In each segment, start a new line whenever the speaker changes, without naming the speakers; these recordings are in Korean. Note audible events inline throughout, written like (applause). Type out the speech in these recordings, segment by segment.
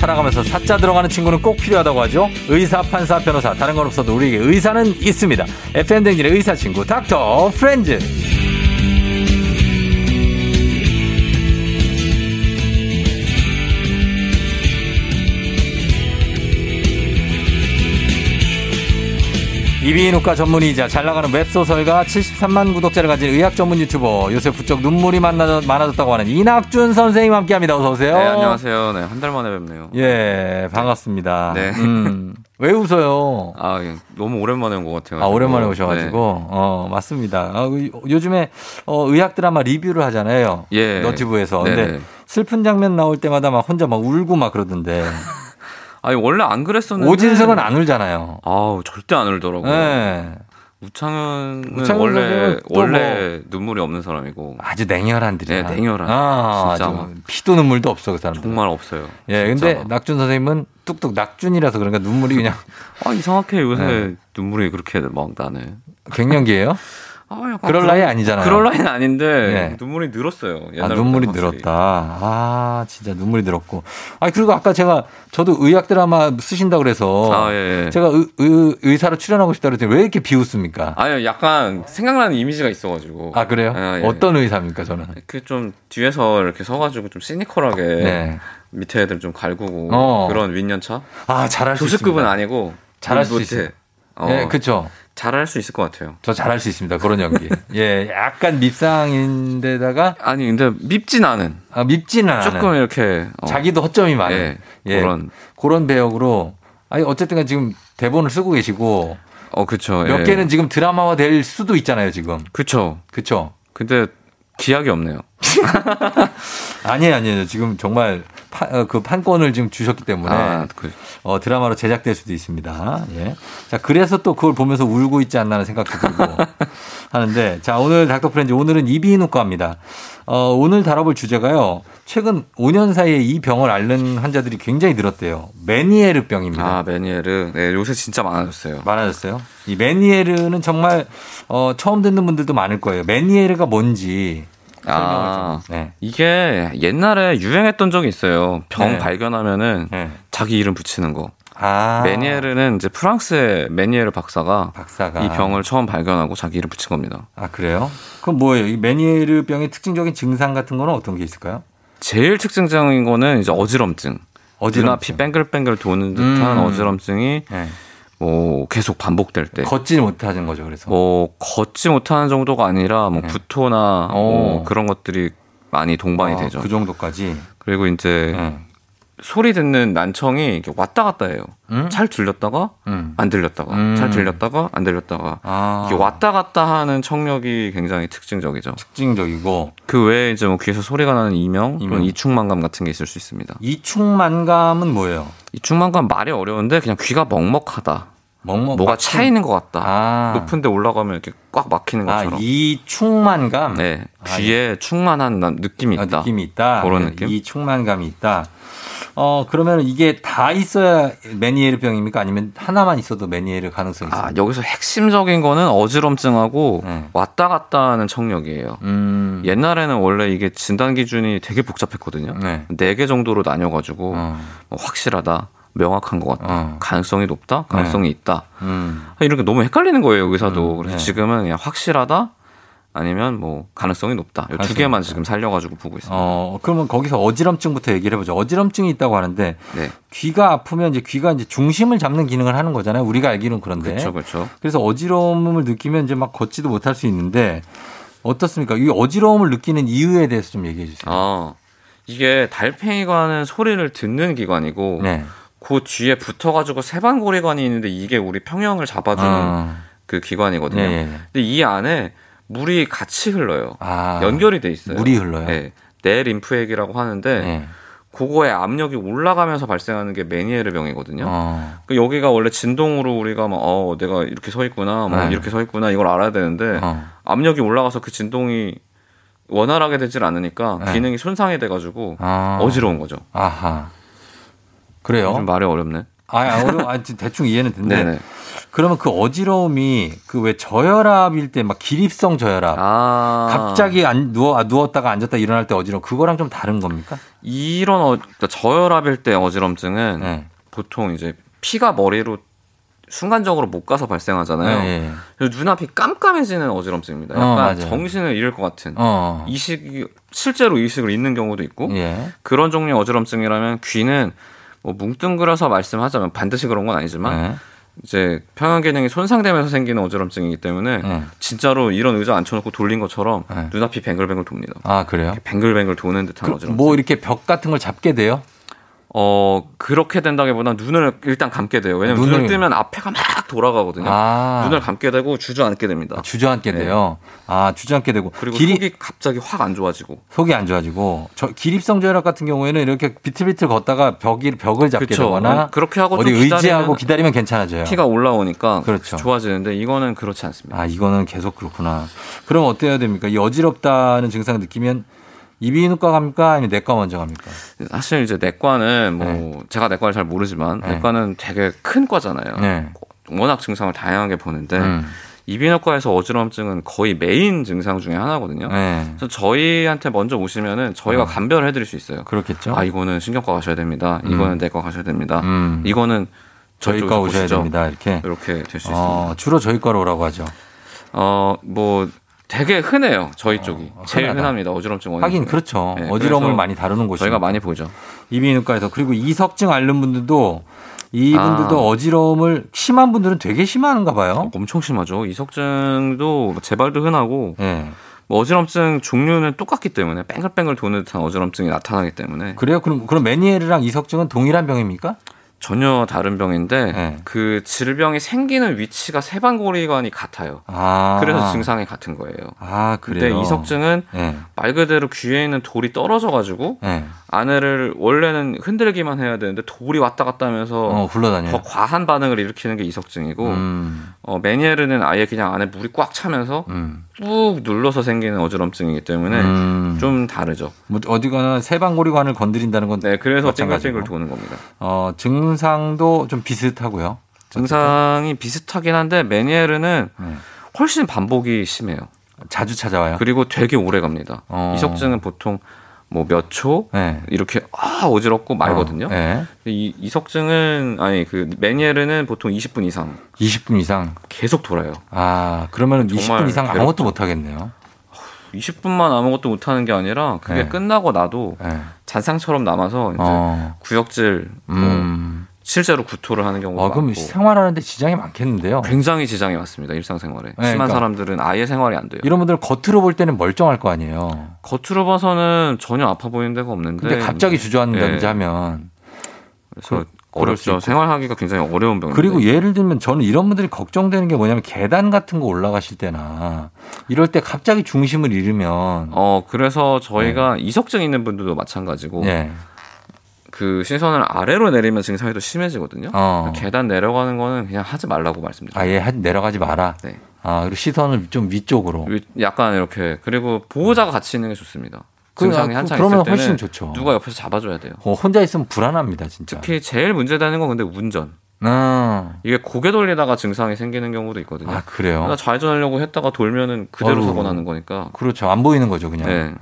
살아가면서 사자 들어가는 친구는 꼭 필요하다고 하죠. 의사, 판사, 변호사 다른 건 없어도 우리에게 의사는 있습니다. FM 댕진의 의사 친구 닥터 프렌즈. 이비인후과 전문의이자 잘 나가는 웹소설가 73만 구독자를 가진 의학 전문 유튜버 요새 부쩍 눈물이 많아, 많아졌다고 하는 이낙준 선생님 함께 합니다. 어서오세요.
네, 안녕하세요. 네, 한 달 만에 뵙네요.
예, 반갑습니다.
네.
음, 왜 웃어요?
아, 예, 너무 오랜만에 온 것 같아요. 네.
아, 오랜만에 오셔가지고. 어, 맞습니다. 아, 그 요즘에 어, 의학 드라마 리뷰를 하잖아요.
네. 예.
너튜브에서.
네,
근데
네.
슬픈 장면 나올 때마다 막 혼자 막 울고 막 그러던데.
아니, 원래 안 그랬었는데.
오진석은 안 울잖아요.
아우, 절대 안 울더라고요.
예.
우창은
우창은
원래,
선생님은 또 뭐-
원래 눈물이 없는 사람이고.
아주 냉혈한 들이
네, 냉혈한.
아,
진짜 뭐.
아주
막.
피도 눈물도 없어, 그 사람들.
정말 없어요.
예, 근데
진짜로.
낙준 선생님은 뚝뚝 낙준이라서 그런가 눈물이 그냥 (laughs)
아, 이상하게 요새
네.
눈물이 그렇게 막 나네.
갱년기예요
아, 약간
그럴 나이 아니잖아요.
그럴 나이는 아닌데
네.
눈물이 늘었어요.
아,
옛날보다
눈물이
예, 확실히.
늘었다. 아, 진짜 눈물이 늘었고. 아, 그리고 아까 제가 저도 의학 드라마 쓰신다 그래서
아, 예. 예.
제가 의, 의, 사로 출연하고 싶다 그랬더니 왜 이렇게 비웃습니까? 아,
아니, 예, 약간 생각나는 이미지가 있어가지고.
그래요?
아, 예.
어떤 의사입니까, 저는?
그 좀 뒤에서 이렇게 서가지고 좀 시니컬하게
네.
밑에 애들 좀 갈구고
어.
그런 윈년차
아, 잘할 수
교수급은
있습니다.
아니고
잘할
우리
수
못해.
있어요.
어,
예, 그쵸.
잘할 수 있을 것 같아요.
저 잘할 수 있습니다. 그런 연기. 예, 약간 밉상인데다가
아니 근데 밉진 않은
아, 밉지는 않아요.
조금 이렇게 어,
자기도 허점이 많아요.
예, 그런
그런 배역으로 아니 어쨌든 간 지금 대본을 쓰고 계시고
어 그쵸
몇
예.
개는 지금 드라마화 될 수도 있잖아요 지금
그쵸
그쵸
근데 기약이 없네요.
아니에요 아니에요 지금 정말 파- 어, 그 판권을 지금 주셨기 때문에
아그
어, 드라마로 제작될 수도 있습니다 예자 그래서 또 그걸 보면서 울고 있지 않나 하는 생각도
(laughs)
들고 하는데 자 오늘 닥터프렌즈 오늘은 이비인후과입니다 어, 오늘 다뤄볼 주제가요 최근 5년 사이에 이 병을 앓는 환자들이 굉장히 늘었대요 메니에르 병입니다
아 매니에르 네 요새 진짜 많아졌어요.
많아졌어요. 이 메니에르는 정말 어, 처음 듣는 분들도 많을 거예요. 메니에르가 뭔지.
아
네.
이게 옛날에 유행했던 적이 있어요. 병
네.
발견하면은
네.
자기 이름 붙이는 거.
아.
매니에르는 이제 프랑스의 매니에르 박사가
박사가
이 병을 처음 발견하고 자기 이름 붙인 겁니다.
아 그래요? 그럼 뭐예요? 이 메니에르 병의 특징적인 증상 같은 거는 어떤 게 있을까요?
제일 특징적인 거는 이제 어지럼증.
어지럼증.
눈앞이 뱅글뱅글 도는 듯한
음.
어지럼증이
네.
뭐 계속 반복될 때.
걷지 못하는 거죠. 그래서.
뭐 걷지 못하는 정도가 아니라 뭐
네.
구토나 뭐
오.
그런 것들이 많이 동반이
아,
되죠.
그 정도까지.
그... 리고 이제
네.
소리 듣는 난청이 이렇게 왔다 갔다 해요.
음?
잘 들렸다가
음.
안 들렸다가
음.
잘 들렸다가 안 들렸다가
아.
이게 왔다 갔다 하는 청력이 굉장히 특징적이죠.
특징적이고
그 외에 이제 뭐 귀에서 소리가 나는 이명,
이명.
또는 이충만감 같은 게 있을 수 있습니다.
이충만감은 뭐예요?
이충만감 말이 어려운데 그냥 귀가 먹먹하다.
먹먹
뭐가
막힌-
차 있는 것 같다.
어, 아.
높은데 올라가면 이렇게 꽉 막히는
아,
것처럼.
이충만감.
네,
아,
귀에 충만한 난- 느낌이
아,
있다.
느낌이 있다.
그런
네,
느낌?
이 충만감이 있다. 어 그러면 이게 다 있어야 메니에르 병입니까? 아니면 하나만 있어도 메니에르 가능성이 있어요?
아 여기서 핵심적인 거는 어지럼증하고
네.
왔다 갔다 하는 청력이에요.
음.
옛날에는 원래 이게 진단 기준이 되게 복잡했거든요.
네.
네 개 정도로 나뉘어가지고
어.
뭐 확실하다, 명확한 것 같다,
어. 네.
가능성이 높다, 가능성이 있다.
음.
아, 이렇게 너무 헷갈리는 거예요 의사도
음,
그래서
네.
지금은 그냥 확실하다 아니면 뭐 가능성이 높다 이 두
가능성이
개만 지금 살려가지고 보고 있습니다
어 그러면 거기서 어지럼증부터 얘기를 해보죠. 어지럼증이 있다고 하는데
네
귀가 아프면 이제 귀가 이제 중심을 잡는 기능을 하는 거잖아요. 우리가 알기로는 그런데.
그렇죠 그렇죠
그래서 어지러움을 느끼면 이제 막 걷지도 못할 수 있는데 어떻습니까? 이 어지러움을 느끼는 이유에 대해서 좀 얘기해 주세요.
아 이게 달팽이관은 소리를 듣는 기관이고
네.
그 뒤에 붙어가지고 세반고리관이 있는데 이게 우리 평형을 잡아주는
어.
그 기관이거든요
예, 예, 예.
근데 이 안에 물이 같이 흘러요
아.
연결이 돼 있어요
물이 흘러요.
네. 내림프액이라고 하는데
예.
그거의 압력이 올라가면서 발생하는 게 메니에르 병이거든요
어.
그 여기가 원래 진동으로 우리가 막, 어, 내가 이렇게 서 있구나, 막
네.
이렇게 서 있구나, 이걸 알아야 되는데,
어.
압력이 올라가서 그 진동이 원활하게 되질 않으니까,
네.
기능이 손상이 돼가지고,
아.
어지러운 거죠.
아하. 그래요?
좀 말이 어렵네.
아, 어려, 아, 지금 대충 이해는 되는데.
네네.
그러면 그 어지러움이 그 왜 저혈압일 때 막 기립성 저혈압.
아
갑자기 안, 누워, 아, 누웠다가 앉았다 일어날 때 어지러움. 그거랑 좀 다른 겁니까?
이런 어, 그러니까 저혈압일 때 어지럼증은
네.
보통 이제 피가 머리로 순간적으로 못 가서 발생하잖아요.
예, 예.
그래서 눈앞이 깜깜해지는 어지럼증입니다.
어,
약간
맞아요.
정신을 잃을 것 같은
어.
이식이 실제로 이식을 잃는 경우도 있고
예.
그런 종류의 어지럼증이라면 귀는 뭐 뭉뚱그려서 말씀하자면 반드시 그런 건 아니지만
예.
이제 평형 기능이 손상되면서 생기는 어지럼증이기 때문에
예.
진짜로 이런 의자 앉혀놓고 돌린 것처럼
네.
눈앞이 뱅글뱅글 돕니다.
아, 그래요?
뱅글뱅글 도는 듯한
그,
어지럼증.
뭐 이렇게 벽 같은 걸 잡게 돼요?
어 그렇게 된다기보다 눈을 일단 감게 돼요. 왜냐면
눈을-
눈을, 뜨면 앞에가 막 돌아가거든요.
아.
네. 눈을 감게 되고 주저앉게 됩니다.
아, 주저앉게
네.
돼요. 아, 주저앉게 되고.
그리고
길이, 속이...
속이 갑자기 확 안 좋아지고.
안 좋아지고. 저, 기립성 저혈압 같은 경우에는 이렇게 비틀비틀 걷다가 벽이, 벽을 잡게
그쵸.
되거나.
그렇게 하고
어디
좀
의지하고
기다리면
기다리면 괜찮아져요.
피가 올라오니까
그렇죠.
좋아지는데 이거는 그렇지 않습니다.
아, 이거는 계속 그렇구나. 그럼 어때야 됩니까? 이 어지럽다는 증상 느끼면 이비인후과 갑니까? 아니면 내과 먼저 갑니까?
사실 이제 내과는 뭐 제가 내과를 잘 모르지만
네.
내과는 되게 큰 과잖아요.
네.
워낙 증상을 다양하게 보는데
음.
이비인후과에서 어지럼증은 거의 메인 증상 중에 하나거든요.
네.
그래서 저희한테 먼저 오시면은 저희가
어.
감별을 해드릴 수 있어요.
그렇겠죠?
아 이거는 신경과 가셔야 됩니다.
음.
이거는 내과 가셔야 됩니다.
음.
이거는
저희과 오셔야
보시죠.
됩니다. 이렇게.
이렇게 될 수 있습니다.
어, 주로 저희과로 오라고 하죠.
어 뭐 되게 흔해요. 저희 쪽이
어,
제일
흔하다.
흔합니다. 어지럼증 원인.
하긴 그렇죠.
네,
어지러움을
그래서
많이 다루는 곳이
저희가 많이 보죠.
이비인후과에서 그리고 이석증 앓는 분들도 이분들도
아.
어지러움을 심한 분들은 되게 심한가 봐요.
엄청 심하죠. 이석증도 뭐 재발도 흔하고
예.
뭐 어지럼증 종류는 똑같기 때문에 뺑글뺑글 도는 듯한 어지럼증이 나타나기 때문에
예. 그래요? 그럼 그럼 메니에르랑 이석증은 동일한 병입니까?
전혀 다른 병인데
네.
그 질병이 생기는 위치가 세반고리관이 같아요.
아.
그래서 증상이 같은 거예요.
아,
근데
그래요.
이석증은
예.
말 그대로 귀에 있는 돌이 떨어져 가지고
예.
아내를 원래는 흔들기만 해야 되는데 돌이 왔다 갔다 하면서
어, 굴러다녀요.
더 과한 반응을 일으키는 게 이석증이고
음,
어, 메니에르는 아예 그냥 안에 물이 꽉 차면서
음.
꾹 눌러서 생기는 어지럼증이기 때문에
음.
네. 좀 다르죠.
뭐 어디가나 세방고리관을 건드린다는 건
네, 그래서
마찬가지고.
찡글찡글 도는 겁니다.
어, 증상도 좀 비슷하고요.
증상이 비슷하긴 한데 메니에르는
네.
훨씬 반복이 심해요.
어쨌든 자주 찾아와요.
그리고 되게 오래 갑니다.
어.
이석증은 보통 뭐 몇 초
네.
이렇게 아 어지럽고 말거든요.
어, 네.
이 이석증은 아니 그 메니에르는 보통 20분 이상
20분 이상.
계속 돌아요.
아, 그러면
정말
20분 이상
괴롭죠.
아무것도 못 하겠네요.
20분만 아무것도 못 하는 게 아니라 그게
네.
끝나고 나도
예.
잔상처럼 남아서 이제
어.
구역질 뭐
음.
실제로 구토를 하는 경우도
와, 그럼
많고
생활하는데 지장이 많겠는데요.
굉장히 지장이 왔습니다 일상생활에
네,
심한
그러니까.
사람들은 아예 생활이 안 돼요.
이런 분들은 겉으로 볼 때는 멀쩡할 거 아니에요.
겉으로 봐서는 전혀 아파 보이는 데가 없는데
근데 갑자기 주저앉는다든지
네. 그렇죠.
하면
그래서
어려울 수
어렵죠.
있고.
생활하기가 굉장히 어려운 병인데
그리고 예를 들면 저는 이런 분들이 걱정되는 게 뭐냐면 계단 같은 거 올라가실 때나 이럴 때 갑자기 중심을 잃으면
어 그래서 저희가
네.
이석증 있는 분들도 마찬가지고
예.
그 신선을 아래로 내리면 증상이 더 심해지거든요. 아, 그러니까
어.
계단 내려가는 거는 그냥 하지 말라고 말씀드려요.
아예 한- 내려가지 마라.
네.
아, 그리고 시선을 좀 위쪽으로.
위- 약간 이렇게 그리고 보호자가 같이 있는 게 좋습니다. 증상이
그,
한창
그러면
있을 때는
훨씬 좋죠. 네.
누가 옆에서 잡아줘야 돼요.
어, 혼자 있으면 불안합니다, 진짜.
특히 제일 문제되는 건 근데 운전.
아,
이게 고개 돌리다가 증상이 생기는 경우도 있거든요.
아, 그래요.
나 좌회전하려고 했다가 돌면은 그대로
어우.
사고 나는 거니까.
그렇죠. 안 보이는 거죠, 그냥.
네.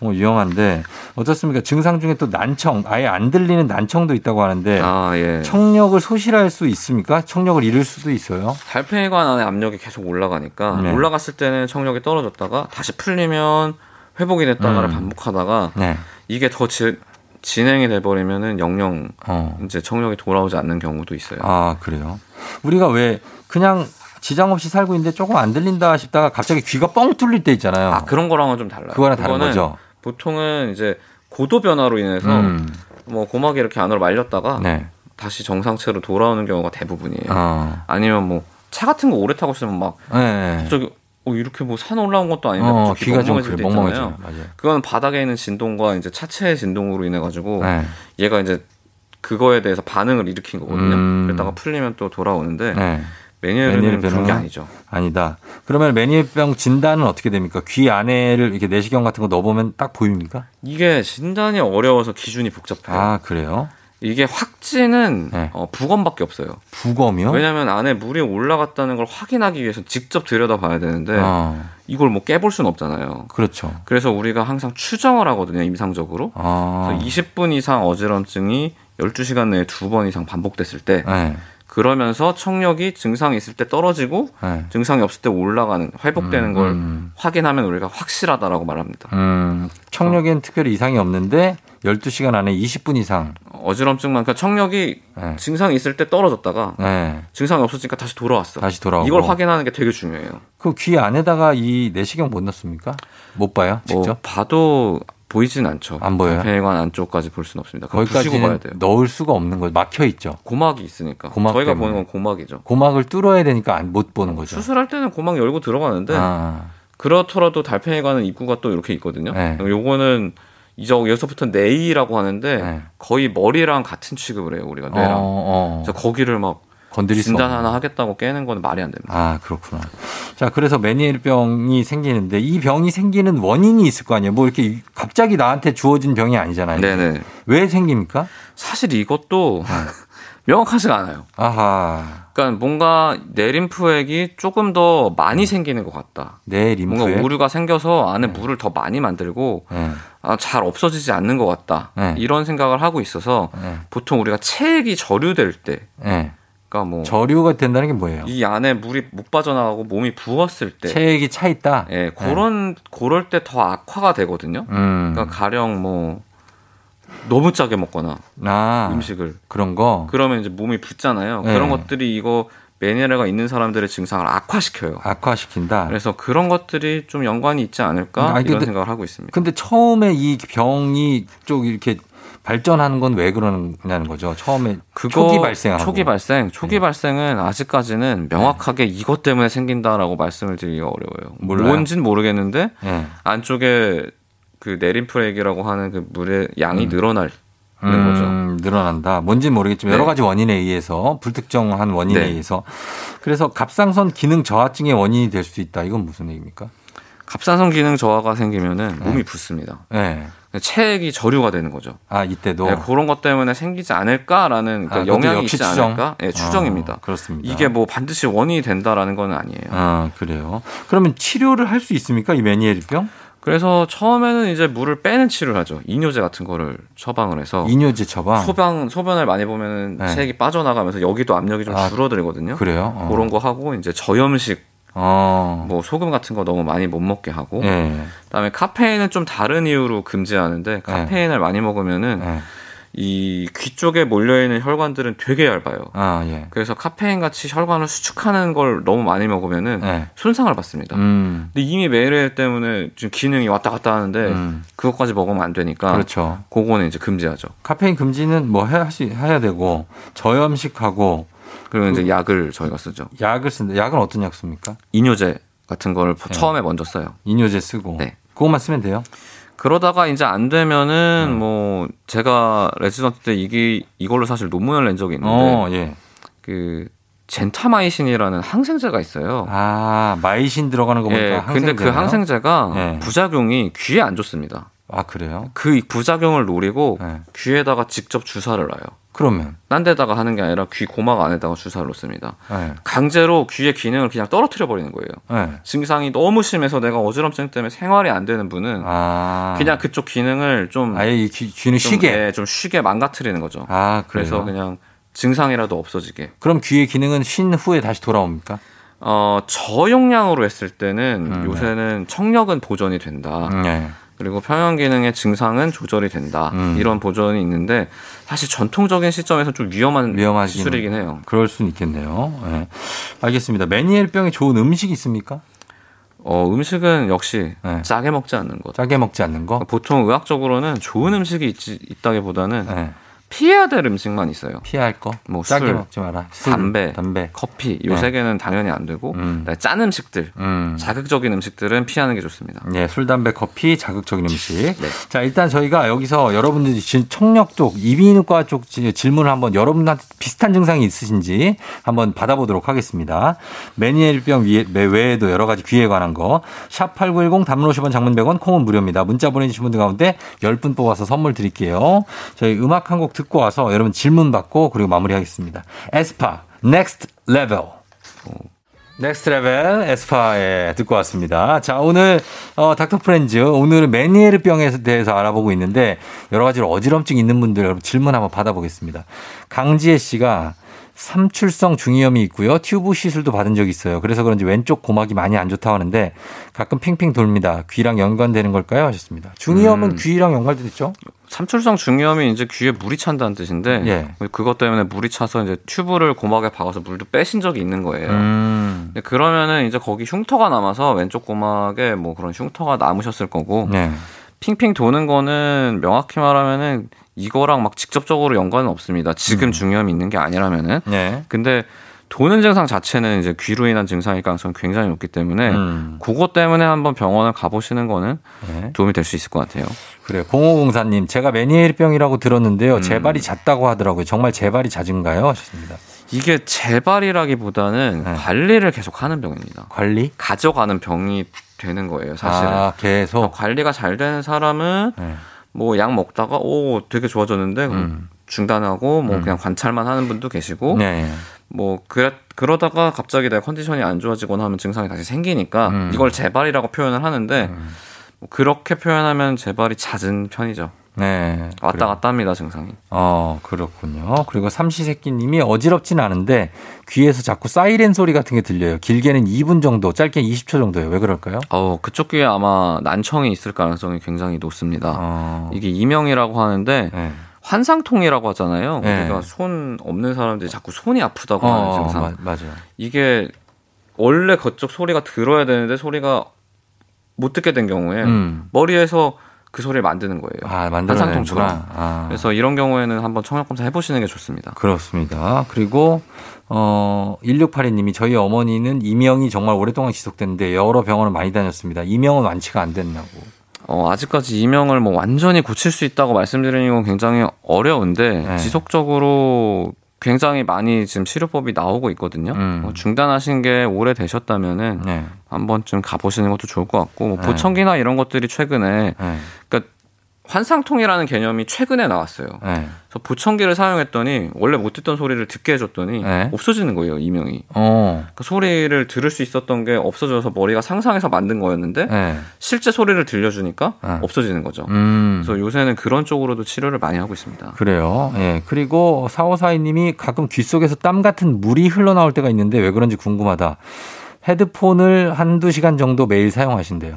어, 위험한데 어떻습니까? 증상 중에 또 난청, 아예 안 들리는 난청도 있다고 하는데
아 예.
청력을 소실할 수 있습니까? 청력을 잃을 수도 있어요.
달팽이관 안에 압력이 계속 올라가니까
네.
올라갔을 때는 청력이 떨어졌다가 다시 풀리면 회복이 됐다가를
음.
반복하다가
네.
이게 더 지, 진행이 돼버리면은 영영
어.
이제 청력이 돌아오지 않는 경우도 있어요.
아 그래요. 우리가 왜 그냥 지장 없이 살고 있는데 조금 안 들린다 싶다가 갑자기 귀가 뻥 뚫릴 때 있잖아요.
아, 그런 거랑은 좀 달라요.
그거랑 다른
그거는
거죠.
보통은 이제 고도 변화로 인해서
음.
뭐 고막이 이렇게 안으로 말렸다가
네.
다시 정상체로 돌아오는 경우가 대부분이에요.
어.
아니면 뭐 차 같은 거 오래 타고 있으면 막
네.
갑자기 어, 이렇게 뭐 산 올라온 것도 아닌데
어,
갑자기
귀가 좀
멍멍해질
그래
때
멍멍해져요.
있잖아요.
맞아요.
그건 바닥에 있는 진동과 이제 차체의 진동으로 인해 가지고
네.
얘가 이제 그거에 대해서 반응을 일으킨 거거든요.
음.
그러다가 풀리면 또 돌아오는데
네.
매니에르는
매니에르는
그런 게 아니죠.
아니다. 그러면 매니에병 진단은 어떻게 됩니까? 귀 안에를 이렇게 내시경 같은 거 넣어보면 딱 보입니까? 네.
이게 진단이 어려워서 기준이 복잡해요.
아 그래요?
이게 확진은
네.
어, 부검밖에 없어요.
부검이요?
왜냐하면 안에 물이 올라갔다는 걸 확인하기 위해서 직접 들여다봐야 되는데
어,
이걸 뭐 깨볼 수는 없잖아요.
그렇죠.
그래서 우리가 항상 추정을 하거든요, 임상적으로.
아,
그래서 20분 이상 어지럼증이 12시간 내에 두 번 이상 반복됐을 때
네,
그러면서 청력이 증상이 있을 때 떨어지고
네.
증상이 없을 때 올라가는 회복되는
음,
걸
음.
확인하면 우리가 확실하다라고 말합니다.
음, 청력엔 특별히 이상이 없는데 12시간 안에 20분 이상.
어지럼증만 그러니까 청력이
네.
증상이 있을 때 떨어졌다가
네,
증상이 없어지니까 다시 돌아왔어.
다시 돌아오고.
이걸 확인하는 게 되게 중요해요. 뭐
그 귀 안에다가 이 내시경 못 넣습니까? 못 봐요,
뭐
직접?
봐도 보이진 않죠.
안 보여요?
폐관 안쪽까지 볼 수는 없습니다. 그거 부시고 봐야
거기까지는
돼요.
넣을 수가 없는 거죠. 막혀 있죠.
고막이 있으니까
고막
저희가
때문에.
보는 건 고막이죠.
고막을 뚫어야 되니까 안- 못 보는 거죠.
수술할 때는 고막 열고 들어가는데
아,
그렇더라도 달팽이관은 입구가 또 이렇게 있거든요.
네.
요거는 이제 여기서부터 내이라고 하는데
네.
거의 머리랑 같은 취급을 해요 우리가
어,
뇌랑.
어.
그래서 거기를 막
건드릴 수
진단
없는
하나 하겠다고 깨는 건 말이 안 됩니다.
아, 그렇구나. 자, 그래서 매니엘병이 생기는데 이 병이 생기는 원인이 있을 거 아니에요. 뭐 이렇게 갑자기 나한테 주어진 병이 아니잖아요. 네.
네네.
왜 생깁니까?
사실 이것도 (laughs) 명확하지가 않아요.
아하.
그러니까 뭔가 내림프액이 조금 더 많이 생기는 것 같다.
내
뭔가
음. 림프에.
오류가 생겨서 안에 물을 더 많이 만들고
네.
아, 잘 없어지지 않는 것 같다.
네.
이런 생각을 하고 있어서
네.
보통 우리가 체액이 저류될 때,
네.
그러니까 뭐 이
저류가 된다는 게 뭐예요?
안에 물이 못 빠져나가고 몸이 부었을 때,
체액이 차 있다.
예, 그런 그럴 때 더 악화가 되거든요.
음.
그러니까 가령 뭐 너무 짜게 먹거나
아,
음식을
그런 거
그러면 이제 몸이 붓잖아요.
네.
그런 것들이 이거 매니아가 있는 사람들의 증상을 악화시켜요.
악화시킨다.
그래서 그런 것들이 좀 연관이 있지 않을까
아. 아니,
이런
근데-
생각을 하고 있습니다.
근데 처음에 이 병이 쭉 이렇게 발전하는 건 왜 그러냐는 거죠. 처음에 초기 발생하고. 음. 네.
초기 발생, 초기 발생은 아직까지는 명확하게 이것 때문에 생긴다라고 말씀을 드리기가 어려워요.
몰라요?
뭔진 모르겠는데
예.
안쪽에 그 내림프액이라고 하는 그 물의 양이 늘어날 는 거죠.
음, 늘어난다. 뭔지 는 모르겠지만
네.
여러 가지 원인에 의해서 불특정한 원인에
네.
의해서 그래서 갑상선 기능 저하증의 원인이 될 수도 있다. 이건 무슨 얘기입니까?
갑상선 기능 저하가 생기면은
네.
몸이 붓습니다.
예.
그러니까 체액이 저류가 되는 거죠.
아 이때도
네, 그런 것 때문에 생기지 않을까라는
아,
그러니까
그것도
영향이
역시
있지
추정?
않을까? 예, 추정입니다.
어, 그렇습니다.
이게 뭐 반드시 원인이 된다라는 건 아니에요.
아 그래요. 그러면 치료를 할 수 있습니까? 이 매니에르병?
그래서 처음에는 이제 물을 빼는 치료를 하죠. 이뇨제 같은 거를 처방을 해서
이뇨제 처방.
어. 소변 소변을 많이 보면은
네.
체액이 빠져나가면서 여기도 압력이 좀
아,
줄어들거든요.
그래요. 어.
그런 거 하고 이제 저염식
어.
뭐 소금 같은 거 너무 많이 못 먹게 하고
예.
그다음에 카페인은 좀 다른 이유로 금지하는데 카페인을 많이 먹으면은
예.
이 귀 쪽에 몰려 있는 혈관들은 되게 얇아요.
아 예.
그래서 카페인 같이 혈관을 수축하는 걸 너무 많이 먹으면은
예.
손상을 받습니다.
음.
근데 이미 매일에 때문에 지금 기능이 왔다 갔다 하는데
음.
그것까지 먹으면 안 되니까
그렇죠.
그거는 이제 금지하죠.
카페인 금지는 뭐 해야, 해야 되고 저염식하고
그리고 이제 약을 저희가 쓰죠.
약을 쓴다. 약은 어떤 약 씁니까?
이뇨제 같은 걸
네.
처음에 먼저 써요.
이뇨제 쓰고
네.
그것만 쓰면 돼요.
그러다가 이제 안 되면은
네.
뭐 제가 레지던트 때 이게 이걸로 사실 논문을 낸 적이 있는데
어, 예.
그 젠타마이신이라는 항생제가 있어요.
아, 마이신 들어가는 거 보니까
예,
항생제.
근데 그 항생제가
네.
부작용이 귀에 안 좋습니다.
아, 그래요?
그 부작용을 노리고
네.
귀에다가 직접 주사를 놔요.
그러면.
딴 데다가 하는 게 아니라 귀 고막 안에다가 주사를 놓습니다.
예.
강제로 귀의 기능을 그냥 떨어뜨려 버리는 거예요.
예.
증상이 너무 심해서 내가 어지럼증 때문에 생활이 안 되는 분은
아.
그냥 그쪽 기능을 좀
아예 이 귀, 귀는
좀,
쉬게.
예, 좀 쉬게 망가뜨리는 거죠.
아, 그래요.
그래서 네. 그냥 증상이라도 없어지게.
그럼 귀의 기능은 쉰 후에 다시 돌아옵니까?
어, 저용량으로 했을 때는
음,
요새는 청력은 보존이 된다.
음, 예.
그리고 평형 기능의 증상은 조절이 된다.
음.
이런 보존이 있는데 사실 전통적인 시점에서 좀 위험한
위험하긴.
시술이긴 해요.
그럴 수는 있겠네요. 예. 알겠습니다. 매니엘병에 좋은 음식 있습니까?
어, 음식은 역시
네.
짜게 먹지 않는 것.
짜게 먹지 않는 거?
보통 의학적으로는 좋은 음식이 있, 다기보다는
예.
피해야 될 음식만 있어요.
피할 거?
뭐
짜게
술,
먹지 마라. 술,
담배.
담배.
커피 요
네.
세 개는 당연히 안 되고
음.
그다음에 짠 음식들
음.
자극적인 음식들은 피하는 게 좋습니다.
예, 술, 담배, 커피, 자극적인 음식. 자, 일단 저희가 여기서 여러분들이 지- 청력 쪽, 이비인후과 쪽 지- 질문을 한번 여러분한테 비슷한 증상이 있으신지 한번 받아보도록 하겠습니다. 매니엘병 위에- 매- 외에도 여러 가지 귀에 관한 거. 샵8910 단문 50원 장문 100원 콩은 무료입니다. 문자 보내주신 분들 가운데 10분 뽑아서 선물 드릴게요. 저희 음악 한 곡 듣고 듣고 와서 여러분 질문 받고 그리고 마무리하겠습니다. 에스파 넥스트 레벨. 넥스트 레벨 에스파에 듣고 왔습니다. 자, 오늘 어, 닥터 프렌즈 오늘은 메니에르 병에 대해서 알아보고 있는데 여러 가지로 어지럼증 있는 분들 여러분 질문 한번 받아보겠습니다. 강지혜 씨가 삼출성 중이염이 있고요. 튜브 시술도 받은 적이 있어요. 그래서 그런지 왼쪽 고막이 많이 안 좋다고 하는데 가끔 핑핑 돌립니다. 귀랑 연관되는 걸까요? 하셨습니다. 중이염은
음.
귀랑 연관되겠죠?
삼출성 중이염이 이제 귀에 물이 찬다는 뜻인데
예.
그것 때문에 물이 차서 이제 튜브를 고막에 박아서 물도 빼신 적이 있는 거예요.
음.
근데 그러면은 이제 거기 흉터가 남아서 왼쪽 고막에 뭐 그런 흉터가 남으셨을 거고
네.
핑핑 도는 거는 명확히 말하면은 이거랑 막 직접적으로 연관은 없습니다.
음.
지금 중이염이 있는 게 아니라면은
네.
근데 도는 증상 자체는 이제 귀로 인한 증상일 가능성이 굉장히 높기 때문에
음.
그것 때문에 한번 병원을 가보시는 거는
네.
도움이 될 수 있을 것 같아요.
그래요. 0504님, 제가 메니에르병이라고
음.
들었는데요. 재발이 잦다고 하더라고요. 정말 재발이 잦은가요? 하셨습니다.
이게 재발이라기보다는
네.
관리를 계속 하는 병입니다.
관리?
가져가는 병이 되는 거예요, 사실은.
아, 계속.
관리가 잘 되는 사람은
네.
뭐 약 먹다가 오 되게 좋아졌는데 그럼
음.
중단하고 뭐
음.
그냥 관찰만 하는 분도 계시고
네.
뭐 그래, 그러다가 갑자기 내 컨디션이 안 좋아지거나 하면 증상이 다시 생기니까
음.
이걸 재발이라고 표현을 하는데 뭐 그렇게 표현하면 재발이 잦은 편이죠.
네.
왔다
그래요.
갔다 합니다 증상이.
어, 그렇군요. 그리고 삼시세끼님이 어지럽진 않은데 귀에서 자꾸 사이렌 소리 같은 게 들려요. 길게는 2분 정도, 짧게는 20초 정도예요. 왜 그럴까요?
어 그쪽 귀에 아마 난청이 있을 가능성이 굉장히 높습니다.
어,
아, 이게 이명이라고 하는데
네.
환상통이라고 하잖아요.
네.
우리가 손 없는 사람들이 자꾸 손이 아프다고 하는
어,
증상.
마- 맞아요.
이게 원래 그쪽 소리가 들어야 되는데 소리가 못 듣게 된 경우에
음.
머리에서 그 소리를 만드는 거예요.
아, 만들어내는구나.
환상통처럼.
아.
그래서 이런 경우에는 한번 청력 검사 해보시는 게 좋습니다.
그렇습니다. 그리고 어 1682님이 저희 어머니는 이명이 정말 오랫동안 지속됐는데 여러 병원을 많이 다녔습니다. 이명은 완치가 안 됐냐고.
어, 아직까지 이명을 뭐 완전히 고칠 수 있다고 말씀드리는 건 굉장히 어려운데
네.
지속적으로 굉장히 많이 지금 치료법이 나오고 있거든요.
음.
뭐 중단하신 게 오래 되셨다면은
네.
한 번쯤 가보시는 것도 좋을 것 같고 뭐
네.
보청기나 이런 것들이 최근에
네.
환상통이라는 개념이 최근에 나왔어요.
네.
그래서 보청기를 사용했더니 원래 못 듣던 소리를 듣게 해줬더니
네.
없어지는 거예요 이명이.
어.
그 소리를 들을 수 있었던 게 없어져서 머리가 상상해서 만든 거였는데
네.
실제 소리를 들려주니까
네.
없어지는 거죠.
음.
그래서 요새는 그런 쪽으로도 치료를 많이 하고 있습니다.
그래요. 예. 그리고 4542님이 가끔 귀 속에서 땀 같은 물이 흘러나올 때가 있는데 왜 그런지 궁금하다. 헤드폰을 한두 시간 정도 매일 사용하신대요.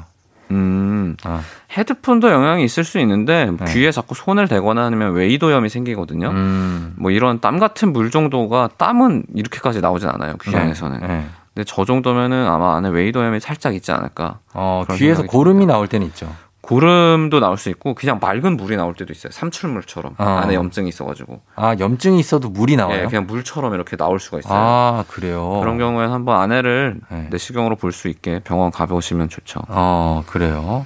음,
아.
헤드폰도 영향이 있을 수 있는데 뭐
네.
귀에 자꾸 손을 대거나 하면 외이도염이 생기거든요.
음.
뭐 이런 땀 같은 물 정도가 땀은 이렇게까지 나오진 않아요 귀 안에서는.
네. 네.
근데 저 정도면은 아마 안에 외이도염이 살짝 있지 않을까.
어,
그런
귀에서
생각이
고름이 나올 때는 있죠.
고름도 나올 수 있고 그냥 맑은 물이 나올 때도 있어요. 삼출물처럼
어.
안에 염증이 있어가지고
아, 염증이 있어도 물이 나와요.
예, 그냥 물처럼 이렇게 나올 수가 있어요.
아, 그래요.
그런 경우에는 한번 아내를
네.
내시경으로 볼 수 있게 병원 가보시면 좋죠.
어, 그래요.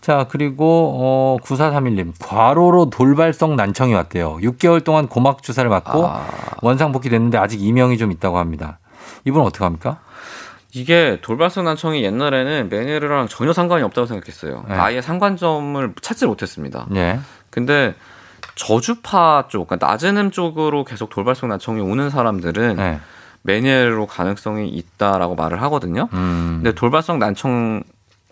자, 그리고, 어, 9431님. 과로로 돌발성 난청이 왔대요. 6개월 동안 고막 주사를 맞고
아,
원상복귀 됐는데 아직 이명이 좀 있다고 합니다. 이분 어떡합니까?
이게 돌발성 난청이 옛날에는 메니에르랑 전혀 상관이 없다고 생각했어요.
네.
아예 상관점을 찾지 못했습니다.
예.
근데 저주파 쪽, 그러니까 낮은 음 쪽으로 계속 돌발성 난청이 오는 사람들은
네.
메니에르로 가능성이 있다라고 말을 하거든요.
음.
근데 돌발성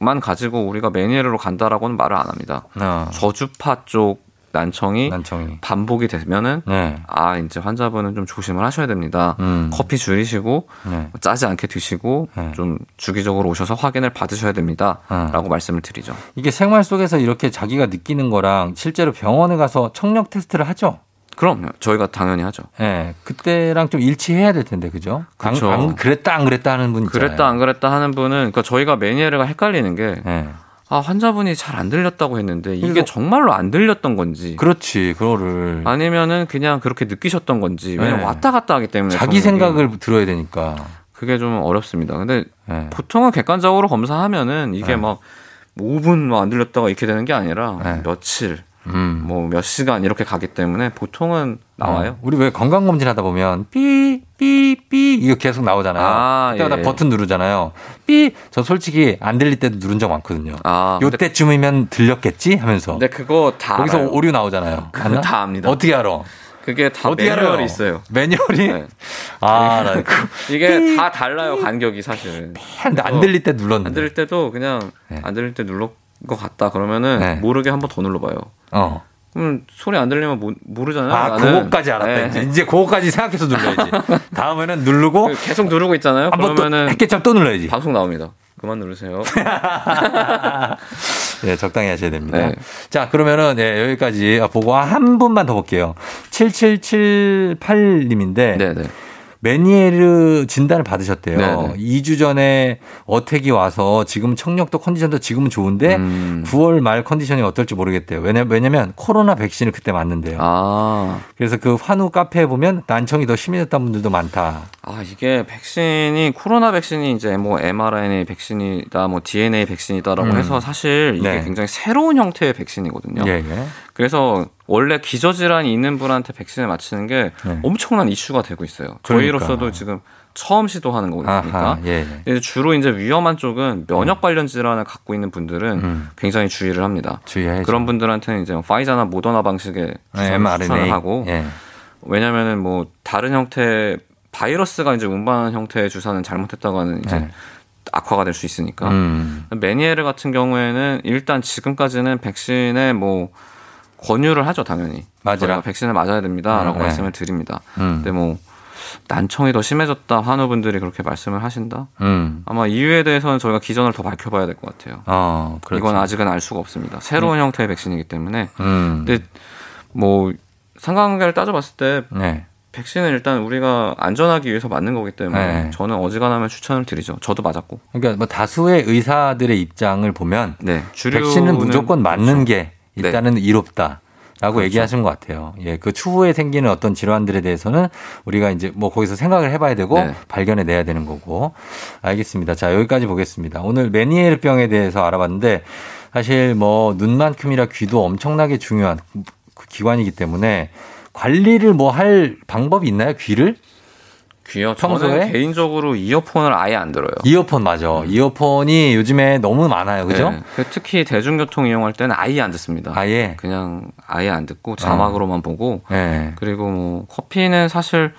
난청만 가지고 우리가 매니에르로 간다라고는 말을 안 합니다.
어,
저주파 쪽 난청이
난청이.
반복이 되면은
네.
아 이제 환자분은 좀 조심을 하셔야 됩니다.
음.
커피 줄이시고
네.
짜지 않게 드시고
네.
좀 주기적으로 오셔서 확인을 받으셔야
어.
됩니다라고 말씀을 드리죠.
이게 생활 속에서 이렇게 자기가 느끼는 거랑 실제로 병원에 가서 청력 테스트를 하죠.
그럼요. 저희가 당연히 하죠.
예. 그때랑 좀 일치해야 될 텐데, 그죠? 안,
그쵸.
안 그랬다, 안 그랬다 하는 분 있잖아요.
그랬다 안 그랬다 하는 분은 그러니까 저희가 매니에르가 헷갈리는 게 아
예.
환자분이 잘 안 들렸다고 했는데 이게
그리고-
정말로 안 들렸던 건지
그렇지, 그거를.
아니면은 그냥 그렇게 느끼셨던 건지 왜냐면
그러니까. 네.
왔다 갔다 하기 때문에
자기
저는 이게
생각을 들어야 되니까.
그게 좀 어렵습니다. 근데
예.
보통은 객관적으로 검사하면은 이게
네.
막뭐 5분 뭐안 들렸다가 이렇게 되는 게 아니라
네.
며칠
음.
뭐 몇 시간 이렇게 가기 때문에 보통은 나와요.
어, 우리 왜 건강 검진 하다 보면 삐 삐 삐 이거 계속 나오잖아요.
아,
그때마다
예.
버튼 누르잖아요. 삐 저 솔직히 안 들릴 때도 누른 적 네. 많거든요.
아, 근데,
요때쯤이면 들렸겠지 하면서
근데 그거 다
거기서
알아요. 네.
오류 나오잖아요.
그거
맞나?
다 압니다.
어떻게 알아?
그게 다
어떻게 알아요?
매뉴얼이 있어요.
매뉴얼이?
네.
아, 나 그거
이게 다 달라요 간격이 사실.
근데 안 들릴 때 눌렀는데.
안 들릴 때도 그냥
네.
안 들릴 때 눌렀 것 같다 그러면은
네.
모르게 한 번 더 눌러봐요.
어.
그럼 소리 안 들리면 모, 모르잖아요.
아,
나는.
그거까지 알았다.
네.
이제, 이제 그거까지 생각해서
(laughs)
눌러야지. 다음에는 누르고
그 계속 누르고 있잖아요.
한번 또
그러면은
했겠참 또 눌러야지.
방송 나옵니다.
(laughs)
그만 누르세요.
예, 적당히 하셔야 됩니다.
네.
자, 그러면은 예, 여기까지 보고 한 분만 더 볼게요. 7778님인데
네네.
메니에르 진단을 받으셨대요.
네네.
2주 전에 어택이 와서 지금 청력도 컨디션도 지금은 좋은데
음.
9월 말 컨디션이 어떨지 모르겠대요. 왜냐, 왜냐면 코로나 백신을 그때 맞는데요.
아,
그래서 그 환우 카페에 보면 난청이 더 심해졌다는 분들도 많다.
아 이게 백신이 코로나 백신이 이제 뭐 mRNA 백신이다, 뭐 DNA 백신이다라고
음.
해서 사실 이게
네.
굉장히 새로운 형태의 백신이거든요.
예, 예.
그래서 원래 기저질환이 있는 분한테 백신을 맞히는 게
네.
엄청난 이슈가 되고 있어요.
그러니까.
저희로서도 지금 처음 시도하는 거니까.
아하, 예, 예.
근데 주로 이제 위험한 쪽은 면역 관련 질환을 갖고 있는 분들은
음. 그렇죠.
굉장히 주의를 합니다.
주의해야죠.
그런 분들한테는 이제 파이자나 모더나 방식의
예,
주사를 추천을 하고
예.
왜냐면은 뭐 다른 형태 바이러스가 이제 운반하는 형태의 주사는 잘못했다가는 이제
네.
악화가 될 수 있으니까
음.
메니에르 같은 경우에는 일단 지금까지는 백신에 뭐 권유를 하죠 당연히
맞아요.
저희가 백신을 맞아야 됩니다라고
음, 네.
말씀을 드립니다.
음.
근데 뭐 난청이 더 심해졌다 환우분들이 그렇게 말씀을 하신다.
음.
아마 이유에 대해서는 저희가 기전을 더 밝혀봐야 될 것 같아요.
어, 그렇죠.
이건 아직은 알 수가 없습니다. 새로운 형태의 백신이기 때문에.
음.
근데 뭐 상관관계를 따져봤을 때
네.
백신은 일단 우리가 안전하기 위해서 맞는 거기 때문에
네.
저는 어지간하면 추천을 드리죠. 저도 맞았고.
그러니까 뭐 다수의 의사들의 입장을 보면
네. 주류
백신은 무조건
그렇죠.
맞는
네.
게 일단은 이롭다. 라고 얘기하신 것 같아요. 예, 그 추후에 생기는 어떤 질환들에 대해서는 우리가 이제 뭐 거기서 생각을 해봐야 되고
네.
발견해 내야 되는 거고. 알겠습니다. 자, 여기까지 보겠습니다. 오늘 메니에르병에 대해서 알아봤는데 사실 뭐 눈만큼이라 귀도 엄청나게 중요한 그 기관이기 때문에 관리를 뭐 할 방법이 있나요? 귀를?
귀요.
평소에?
저는 개인적으로 이어폰을 아예 안 들어요.
이어폰 맞아. 이어폰이 요즘에 너무 많아요. 그죠?
음. 네. 그 특히 대중교통 이용할 때는 아예 안 듣습니다.
아예.
그냥 아예 안 듣고 자막으로만 보고
예.
그리고 뭐 커피는 사실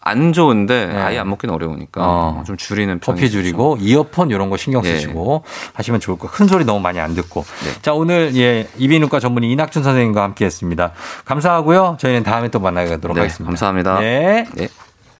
안 좋은데
음. 네.
아예 안 먹기는 어려우니까
어.
좀 줄이는 그렇죠.
커피
편이죠. 네, 예.
줄이고 이어폰 이런 거 신경 쓰시고 하시면 좋을 거. 큰 소리 너무 많이 안 듣고.
네.
자 오늘 예 이비인후과 전문의 이낙준 선생님과 함께했습니다. 감사하고요. 저희는 다음에 또 만나도록
네,
하겠습니다.
감사합니다.
네.
네.